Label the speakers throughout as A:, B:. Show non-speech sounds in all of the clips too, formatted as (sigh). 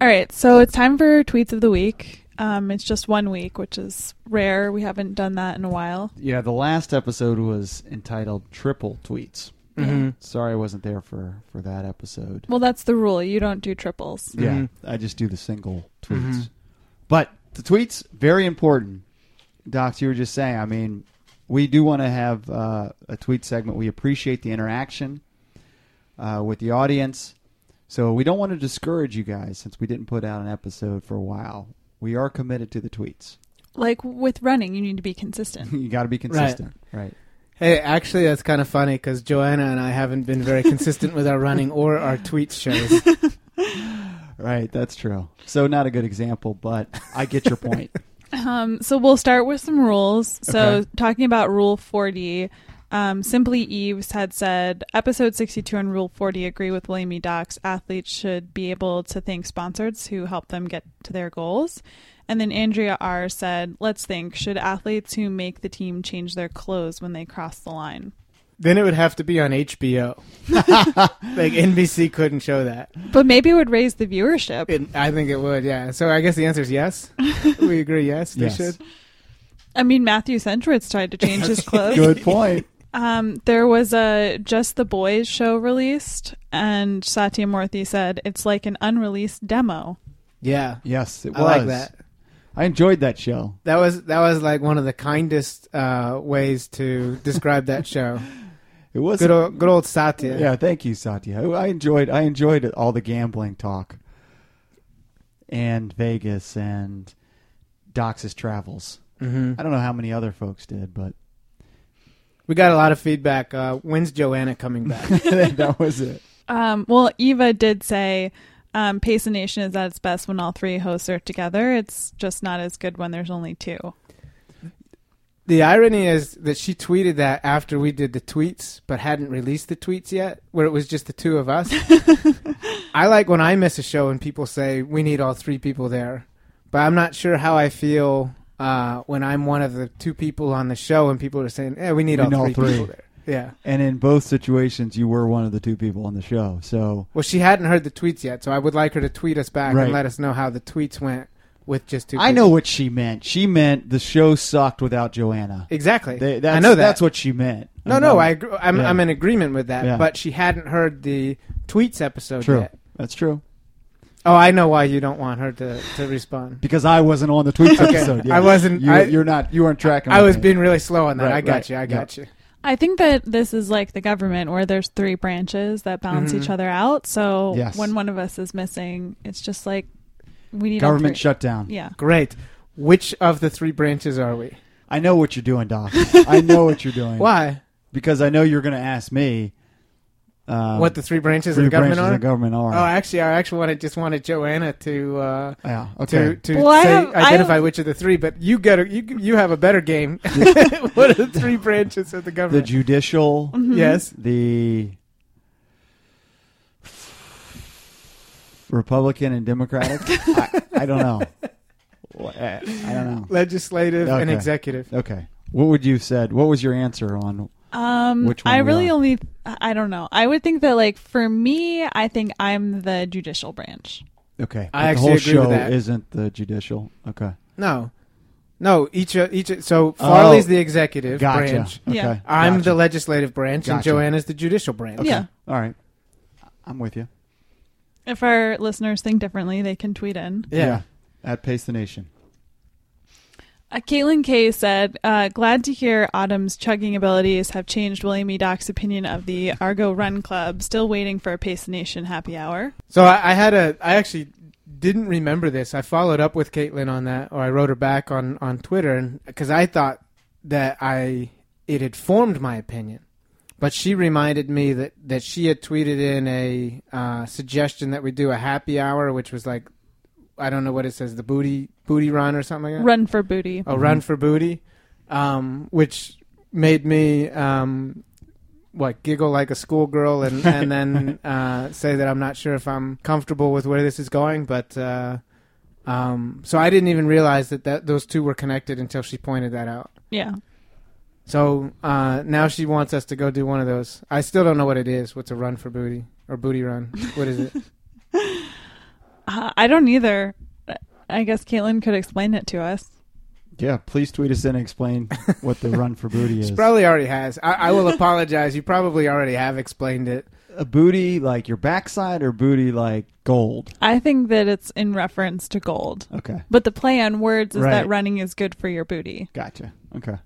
A: All right, so it's time for tweets of the week. Um, it's just one week, which is rare. We haven't done that in a while.
B: Yeah, the last episode was entitled Triple Tweets.
C: Mhm.
B: Sorry I wasn't there for, for that episode.
A: Well, that's the rule. You don't do triples.
B: Yeah,
C: Mhm.
B: I just do the single tweets.
C: Mhm.
B: But the tweets, very important. Docs, you were just saying, I mean, we do want to have uh, a tweet segment. We appreciate the interaction uh, with the audience. So we don't want to discourage you guys since we didn't put out an episode for a while. We are committed to the tweets.
A: Like with running, you need to be consistent.
B: (laughs) you got to be consistent. Right.
C: Hey, actually, that's kind of funny because Joanna and I haven't been very consistent with our running or our
B: (laughs)
C: tweet shows.
B: right. That's true. So, not a good example, but I get your
C: (laughs)
B: point.
A: Um, so we'll start with some rules. So
B: Okay.
A: talking about Rule 40, um, Simply Eves had said, Episode 62 and Rule 40 agree with William E. Docs. Athletes should be able to thank sponsors who help them get to their goals. And then Andrea R. said, Let's think, should athletes who make the team change their clothes when they cross the line?
C: then it would have to be
B: (laughs)
C: on HBO. like NBC couldn't show that.
A: But maybe it would raise the viewership.
C: It, I think it would. Yeah. So I guess the answer
B: (laughs)
C: is yes. we agree. Yes, they
B: Yes.
C: should.
A: I mean, Matthew Centrowitz tried to change his clothes.
B: Good point.
A: Um, there was a Just the Boys show released, and Satyamurthy said it's like an unreleased demo.
C: Yeah.
B: Yes, it was.
C: I like that.
B: I enjoyed that show.
C: That was that was like one of the kindest uh, ways to describe
B: (laughs)
C: that show.
B: It was
C: Good old, good old Satya.
B: Yeah, thank you, Satya. I enjoyed I enjoyed it, all the gambling talk and Vegas and Dox's travels.
C: hmm
B: I don't know how many other folks did, but (laughs)
C: We got a lot of feedback. Uh, when's Joanna coming back?
B: that was it.
A: Um, well, Eva did say um, Pace Nation is at its best when all three hosts are together. It's just not as good when there's only two.
C: the irony is that she tweeted that after we did the tweets, but hadn't released the tweets yet, where it was just the two of us. I like when I miss a show and people say we need all three people there, but I'm not sure how I feel uh, when I'm one of the two people on the show and people are saying, "Yeah, (laughs) we need
B: We
C: all
B: need all
C: three,
B: three.
C: people there." Yeah.
B: And in both situations, you were one of the two people on the show. So
C: Well, she hadn't heard the tweets yet, so I would like her to tweet us back
B: Right.
C: and let us know how the tweets went with just two.
B: I
C: people.
B: know what she meant. She meant the show sucked without Joanna.
C: exactly.
B: They, that's,
C: I know that.
B: That's what she meant.
C: no,
B: I'm
C: no,
B: not-
C: I agree. I'm,
B: Yeah.
C: I'm in agreement with that.
B: Yeah.
C: But she hadn't heard the tweets episode
B: True.
C: yet.
B: That's true.
C: Oh, I know why you don't want her to, to respond.
B: Because I wasn't on the tweets
C: Okay.
B: episode.
C: I wasn't-
B: You,
C: I-
B: you're not. You weren't tracking.
C: I
B: with
C: was
B: me.
C: being really slow on that.
B: Right,
C: I got
B: right.
C: you. I got you.
A: I think that this is like the government where there's three branches that balance
C: Mhm.
A: each other out. So
B: Mm-hmm. Yes.
A: when one of us is missing, it's just like we need all
B: government
A: three.
B: shutdown.
A: Yeah.
C: Great. Which of the three branches are we?
B: I know what you're doing, Doc. I know what you're doing.
C: Why?
B: Because I know you're going to ask me um,
C: what the three branches
B: three
C: of the government
B: branches
C: are?
B: of government are.
C: Oh, actually, I actually wanted, just wanted Joanna to uh,
B: yeah.
C: to
B: Okay.
C: to
A: Well, I
C: say,
A: have- I
C: identify
A: have-
C: which of the three. But you got a, you you have a
B: (laughs)
C: better game. (laughs) what are the three branches of
B: the
C: the government?
B: judicial,
A: Mm-hmm.
C: Yes.
B: the Republican and Democratic. I, I don't know. Wha- I I don't know.
C: Legislative and
B: Okay.
C: executive.
B: Okay. What would you said? What was your answer on?
A: Um,
B: Which one
A: I
B: we
A: really
B: are.
A: only, I don't know. I would think that, like, for me, I think I'm the judicial branch.
B: Okay.
C: I
B: the
C: actually
B: whole
C: agree
B: show
C: with that.
B: isn't the judicial. Okay.
C: No, no. Each of- each. of- So Farley's the executive
B: Oh, Gotcha.
C: branch.
B: Okay.
A: Yeah.
C: I'm
B: Gotcha.
C: the legislative branch, and
B: Gotcha.
C: Joanna's the judicial branch.
A: Yeah.
B: All right. I'm with you.
A: If our listeners think differently, they can tweet in.
C: Yeah.
B: At Pace the Nation.
A: Uh, Caitlin Kay said, uh, glad to hear Autumn's chugging abilities have changed William E. Doc's opinion of the Argo Run Club. Still waiting for a Pace Nation happy hour.
C: So I, I had a. I actually didn't remember this. I followed up with Caitlin on that, or I wrote her back on on Twitter, and because I thought that I it had formed my opinion, but she reminded me that that she had tweeted in a uh, suggestion that we do a happy hour, which was like I don't know what it says, the booty booty run or something like that.
A: Run for booty.
C: a run
B: Mm-hmm.
C: for booty, um, which made me um, what giggle like a schoolgirl and, and
B: (laughs)
C: then uh, say that I'm not sure if I'm comfortable with where this is going. But uh, um, so I didn't even realize that, that those two were connected until she pointed that out.
A: Yeah.
C: So uh, now she wants us to go do one of those.
B: (laughs)
C: I still don't know what it is. What's a run for booty or booty run? What is it?
A: Uh, I don't either. I guess Caitlin could explain it to us.
B: Yeah, please tweet us in and
C: (laughs)
B: explain what the run for booty is.
C: She probably already has. I, I will apologize. You probably already have explained it.
B: a booty like your backside or booty like gold?
A: I think that it's in reference to gold.
B: Okay.
A: But the play on words is
B: Right.
A: that running is good for your booty.
B: Gotcha. Okay.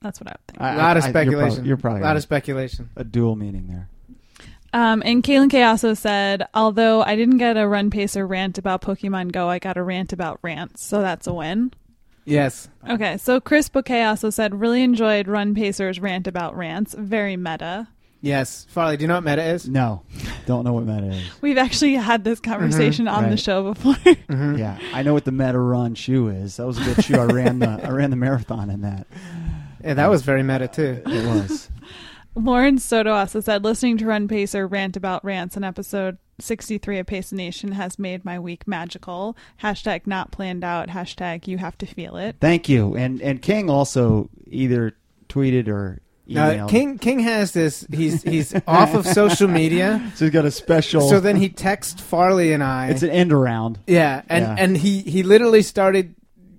A: That's what I would think.
B: I-
C: A lot of
B: I- I- you're probably-
C: speculation.
B: You're probably,
C: a lot
B: right.
C: of speculation.
B: a dual meaning there.
A: Um, and Kaylin K also said, although I didn't get a run pace or rant about Pokemon Go, I got a rant about rants, so that's a win.
C: Yes.
A: Okay, so Chris Bouquet also said, really enjoyed Run Pacers rant about rants. Very meta.
C: Yes. Farley, do you know what meta is?
B: No, don't know what meta is.
A: We've actually had this conversation on the
B: right. Mm-hmm.
A: show before.
C: Mm-hmm.
B: yeah, I know what the meta run shoe is. That was a good shoe. I ran the I ran the marathon in that.
C: Yeah, that was very meta too.
B: It was.
A: (laughs) Lauren Soto also said, listening to Run Pacer rant about rants in episode 63 of Pace Nation has made my week magical. Hashtag not planned out. Hashtag you have to feel it.
B: Thank you. And and King also either tweeted or emailed.
C: Now, King King has this. He's he's off of social media.
B: So he's got a special.
C: So then he texts Farley and I.
B: it's an end around.
C: Yeah, and
B: Yeah.
C: and he he literally started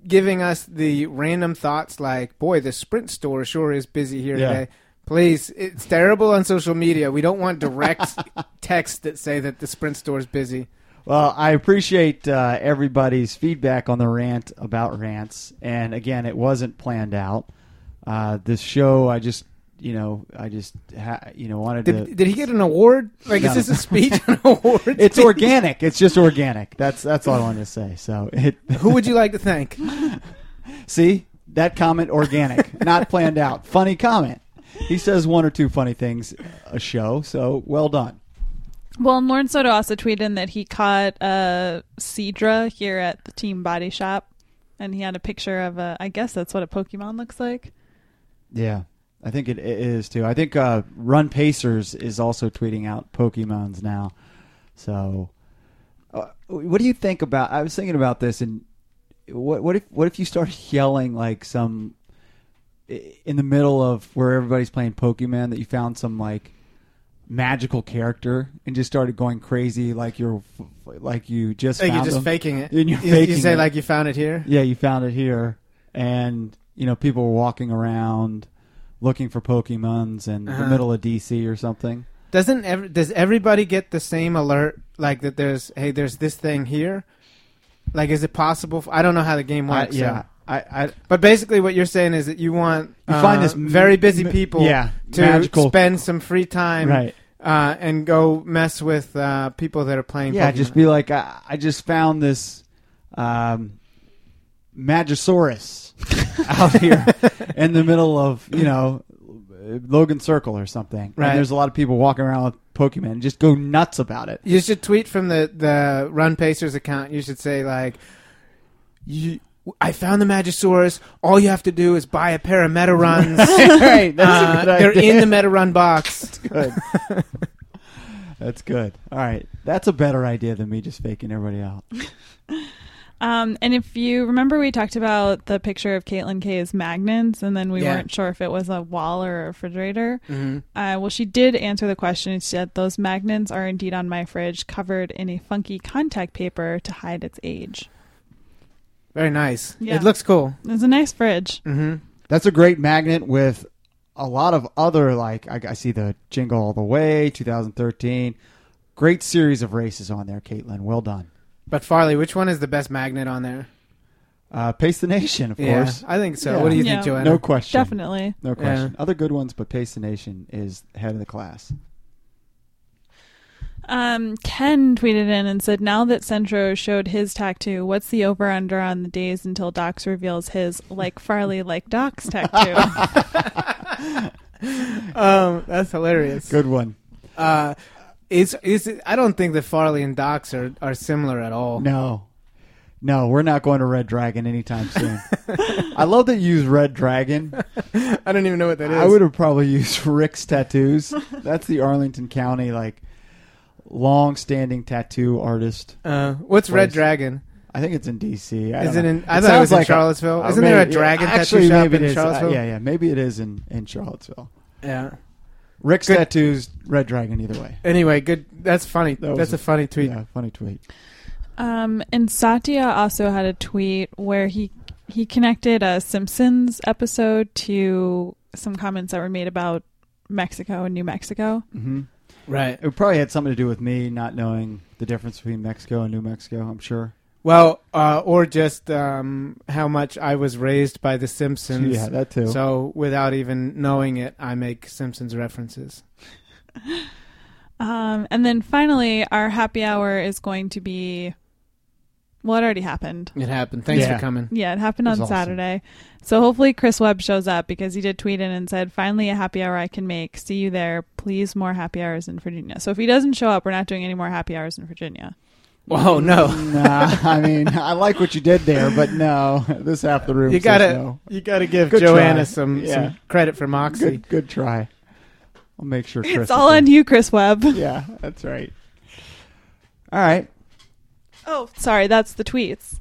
C: giving us the random thoughts like, "Boy, the Sprint store sure is busy here
B: Yeah.
C: today." Please, it's terrible on social media. We don't want direct
B: (laughs)
C: texts that say that the Sprint store is busy.
B: Well, I appreciate uh, everybody's feedback on the rant about rants. And again, it wasn't planned out. Uh, this show, I just, you know, I just, ha- you know, wanted
C: Did,
B: to.
C: did he get an award? Like,
B: No.
C: is this a speech on awards?
B: (laughs)
C: (laughs)
B: it's organic. It's just organic. That's that's all I wanted to say. So it.
C: Who would you like to thank?
B: See that comment, organic, not planned out. Funny comment. He says one or two funny things a show. So well done.
A: Well, and Lauren Soto also tweeted in that he caught a Cedra here at the team body shop, and he had a picture of a. I guess that's what a Pokemon looks like.
B: Yeah, I think it, it is too. I think uh, Run Pacers is also tweeting out Pokemons now. So, uh, what do you think about? I was thinking about this, and what what if what if you start (laughs) yelling like some in the middle of where everybody's playing Pokemon that you found some like magical character and just started going crazy like you're like you just
C: Like you're
B: found
C: just
B: them.
C: faking it.
B: And you're
C: you,
B: faking
C: you say
B: it.
C: like you found it here.
B: Yeah, you found it here, and you know people were walking around looking for Pokemons in
C: Uh-huh.
B: the middle of DC or something.
C: Doesn't ev- does everybody get the same alert? Like that there's hey, there's this thing here. Like, is it possible? f I don't know how the game
B: I,
C: works. so-
B: yeah, I, I you
C: But basically, what you're saying is that you want you
B: find this
C: very
B: m-
C: busy
B: m-
C: people
B: yeah,
C: to
B: magical,
C: spend some free time
B: right?
C: uh, and go mess with uh, people that are playing.
B: Yeah,
C: Pokemon.
B: just be like, I, I just found this um, Magisaurus out here in the middle of you know Logan Circle or something.
C: Right.
B: And there's a lot of people walking around with Pokemon. Just go nuts about
C: (laughs)
B: it.
C: You should tweet from the the Run Pacers account. You should say like, you. I found the Magisaurus. All you have to do is buy a pair of Metaruns.
B: (laughs)
C: (laughs)
B: right,
C: Uh, they're in the Metarun box.
B: good. That's good. All right. That's a better idea than me just faking everybody out.
A: Um, and if you remember, we talked about the picture of Caitlin K's magnets, and then we
C: Yeah.
A: weren't sure if it was a wall or a refrigerator.
B: Mm-hmm.
A: Uh, well, she did answer the question. She said those magnets are indeed on my fridge, covered in a funky contact paper to hide its age.
C: Very nice.
A: Yeah.
C: It looks cool.
A: It's a nice fridge.
C: Mm-hmm.
B: That's a great magnet with a lot of other, like, I, I see the Jingle All the Way, 2013. Great series of races on there, Caitlin. Well done.
C: But Farley, which one is the best magnet on there?
B: Uh, Pace the Nation, of
C: Yeah,
B: course.
C: I think so.
B: Yeah.
C: What do you
A: Yeah.
C: think, Joanna?
B: No question.
A: Definitely.
B: No question. Other good ones, but Pace the Nation is head of the class.
A: Um, Ken tweeted in and said, "Now that Centro showed his tattoo, what's the over under on the days until Docs reveals his like Farley like Docs tattoo?"
C: Um, that's hilarious.
B: Good one.
C: Uh, is is it, I don't think that Farley and Docs are, are similar at all.
B: No. No, we're not going to Red Dragon anytime
C: (laughs)
B: soon. I love that you use Red Dragon
C: I don't even know what that is.
B: I would have probably used (laughs) Rick's
C: (laughs)
B: tattoos. That's the Arlington County like long-standing tattoo artist.
C: Uh, what's Red
B: Place.
C: Dragon?
B: I think it's in D.C. I
C: Is
B: don't
C: it
B: know.
C: in- I thought it
B: sounds
C: was in
B: like a-
C: Charlottesville.
B: uh,
C: Isn't there a
B: maybe-
C: dragon tattoo
B: actually,
C: shop
B: maybe
C: in
B: it is. Uh,
C: Charlottesville?
B: yeah, yeah, maybe it is in in Charlottesville.
C: Yeah.
B: Rick's
C: Good.
B: tattoos, Red Dragon, either way.
C: Anyway, good. That's funny.
B: That was
C: that's a funny tweet.
B: Yeah, funny tweet.
A: Um, and Satya also had a tweet where he he connected a Simpsons episode to some comments that were made about Mexico and New Mexico.
B: hmm
C: Right.
B: It probably had something to do with me not knowing the difference between Mexico and New Mexico. I'm sure.
C: Well, uh, or just um, how much I was raised by The Simpsons.
B: yeah, that too.
C: So without even knowing it, I make Simpsons references.
A: Um, and then finally, our happy hour is going to be well, it already happened.
C: It happened. Thanks
B: Yeah.
C: for coming.
A: Yeah, it happened
B: It
A: on
B: was awesome.
A: Saturday. So hopefully Chris Webb shows up because he did tweet in and said, "Finally, a happy hour I can make. See you there. Please, more happy hours in Virginia." So if he doesn't show up, we're not doing any more happy hours in Virginia.
C: Oh (laughs) no!
B: Mm, nah, I mean, I like what you did there, but no, (laughs) this half the room.
C: You
B: says
C: gotta
B: no.
C: you gotta give
B: Good
C: Joanna
B: try.
C: some,
B: Yeah.
C: some credit for Moxie.
B: Good, good try. I'll make sure. Chris
A: It's all on you, Chris Webb.
B: Yeah, that's right. All right.
A: Oh, sorry, that's the tweets.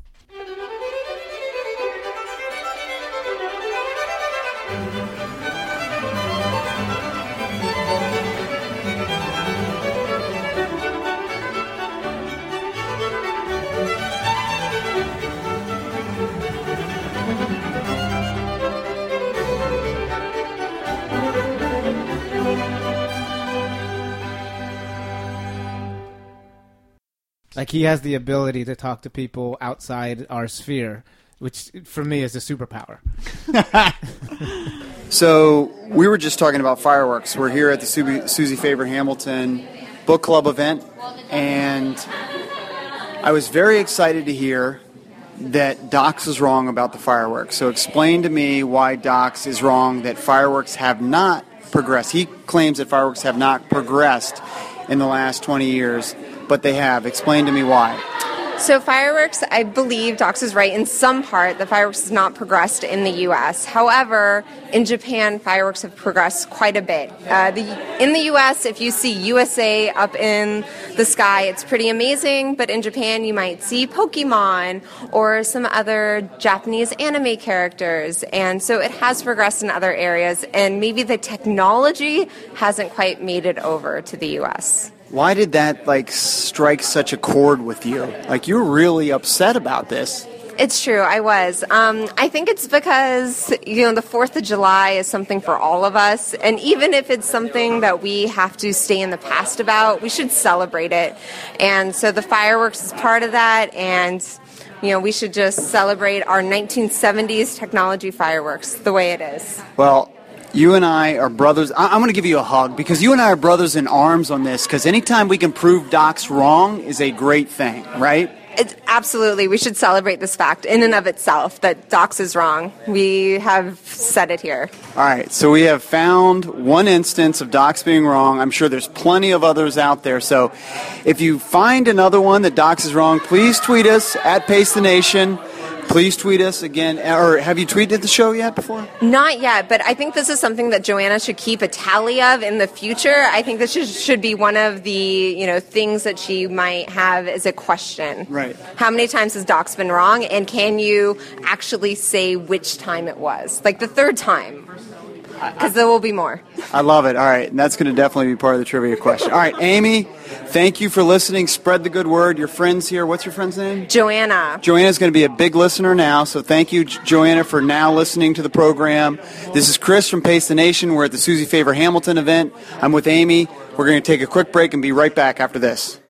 C: Like he has the ability to talk to people outside our sphere, which for me is a superpower.
D: So we were just talking about fireworks. We're here at the Su- Susie Faber Hamilton Book Club event, and I was very excited to hear that Docs is wrong about the fireworks. So explain to me why Docs is wrong that fireworks have not progressed. He claims that fireworks have not progressed in the last 20 years, but they have. Explain to me why.
E: So fireworks, I believe Dox is right in some part. The fireworks has not progressed in the U.S. However, in Japan, fireworks have progressed quite a bit. Uh, the, in the U.S., if you see USA up in the sky, it's pretty amazing. But in Japan, you might see Pokemon or some other Japanese anime characters, and so it has progressed in other areas. And maybe the technology hasn't quite made it over to the U.S.
D: Why did that like strike such a chord with you? Like you're really upset about this.
E: It's true. I was. Um, I think it's because you know the Fourth of July is something for all of us, and even if it's something that we have to stay in the past about, we should celebrate it. And so the fireworks is part of that, and you know we should just celebrate our 1970s technology fireworks the way it is.
D: Well, you and I are brothers. I- I'm going to give you a hug because you and I are brothers in arms on this. Because anytime we can prove Doc's wrong is a great thing, right?
E: It's absolutely we should celebrate this fact in and of itself that Docs is wrong. We have said it here.
D: All right, so we have found one instance of Docs being wrong. I'm sure there's plenty of others out there. So if you find another one that Docs is wrong, please tweet us at Pace the Nation. Please tweet us again. Or have you tweeted the show yet before?
E: Not yet, but I think this is something that Joanna should keep a tally of in the future. I think this should, should be one of the you know things that she might have as a question.
D: Right.
E: How many times has Doc's been wrong, and can you actually say which time it was? Like the third time, because there will be more.
D: I love it. All right, and that's going to definitely be part of the trivia question. All right, Amy, thank you for listening. Spread the good word. Your friends here. What's your friend's name?
E: Joanna.
D: Joanna's going to be a big listener now, so thank you, Jo- Joanna, for now listening to the program. This is Chris from Pace the Nation. We're at the Susie Favor Hamilton event. I'm with Amy. We're going to take a quick break and be right back after this.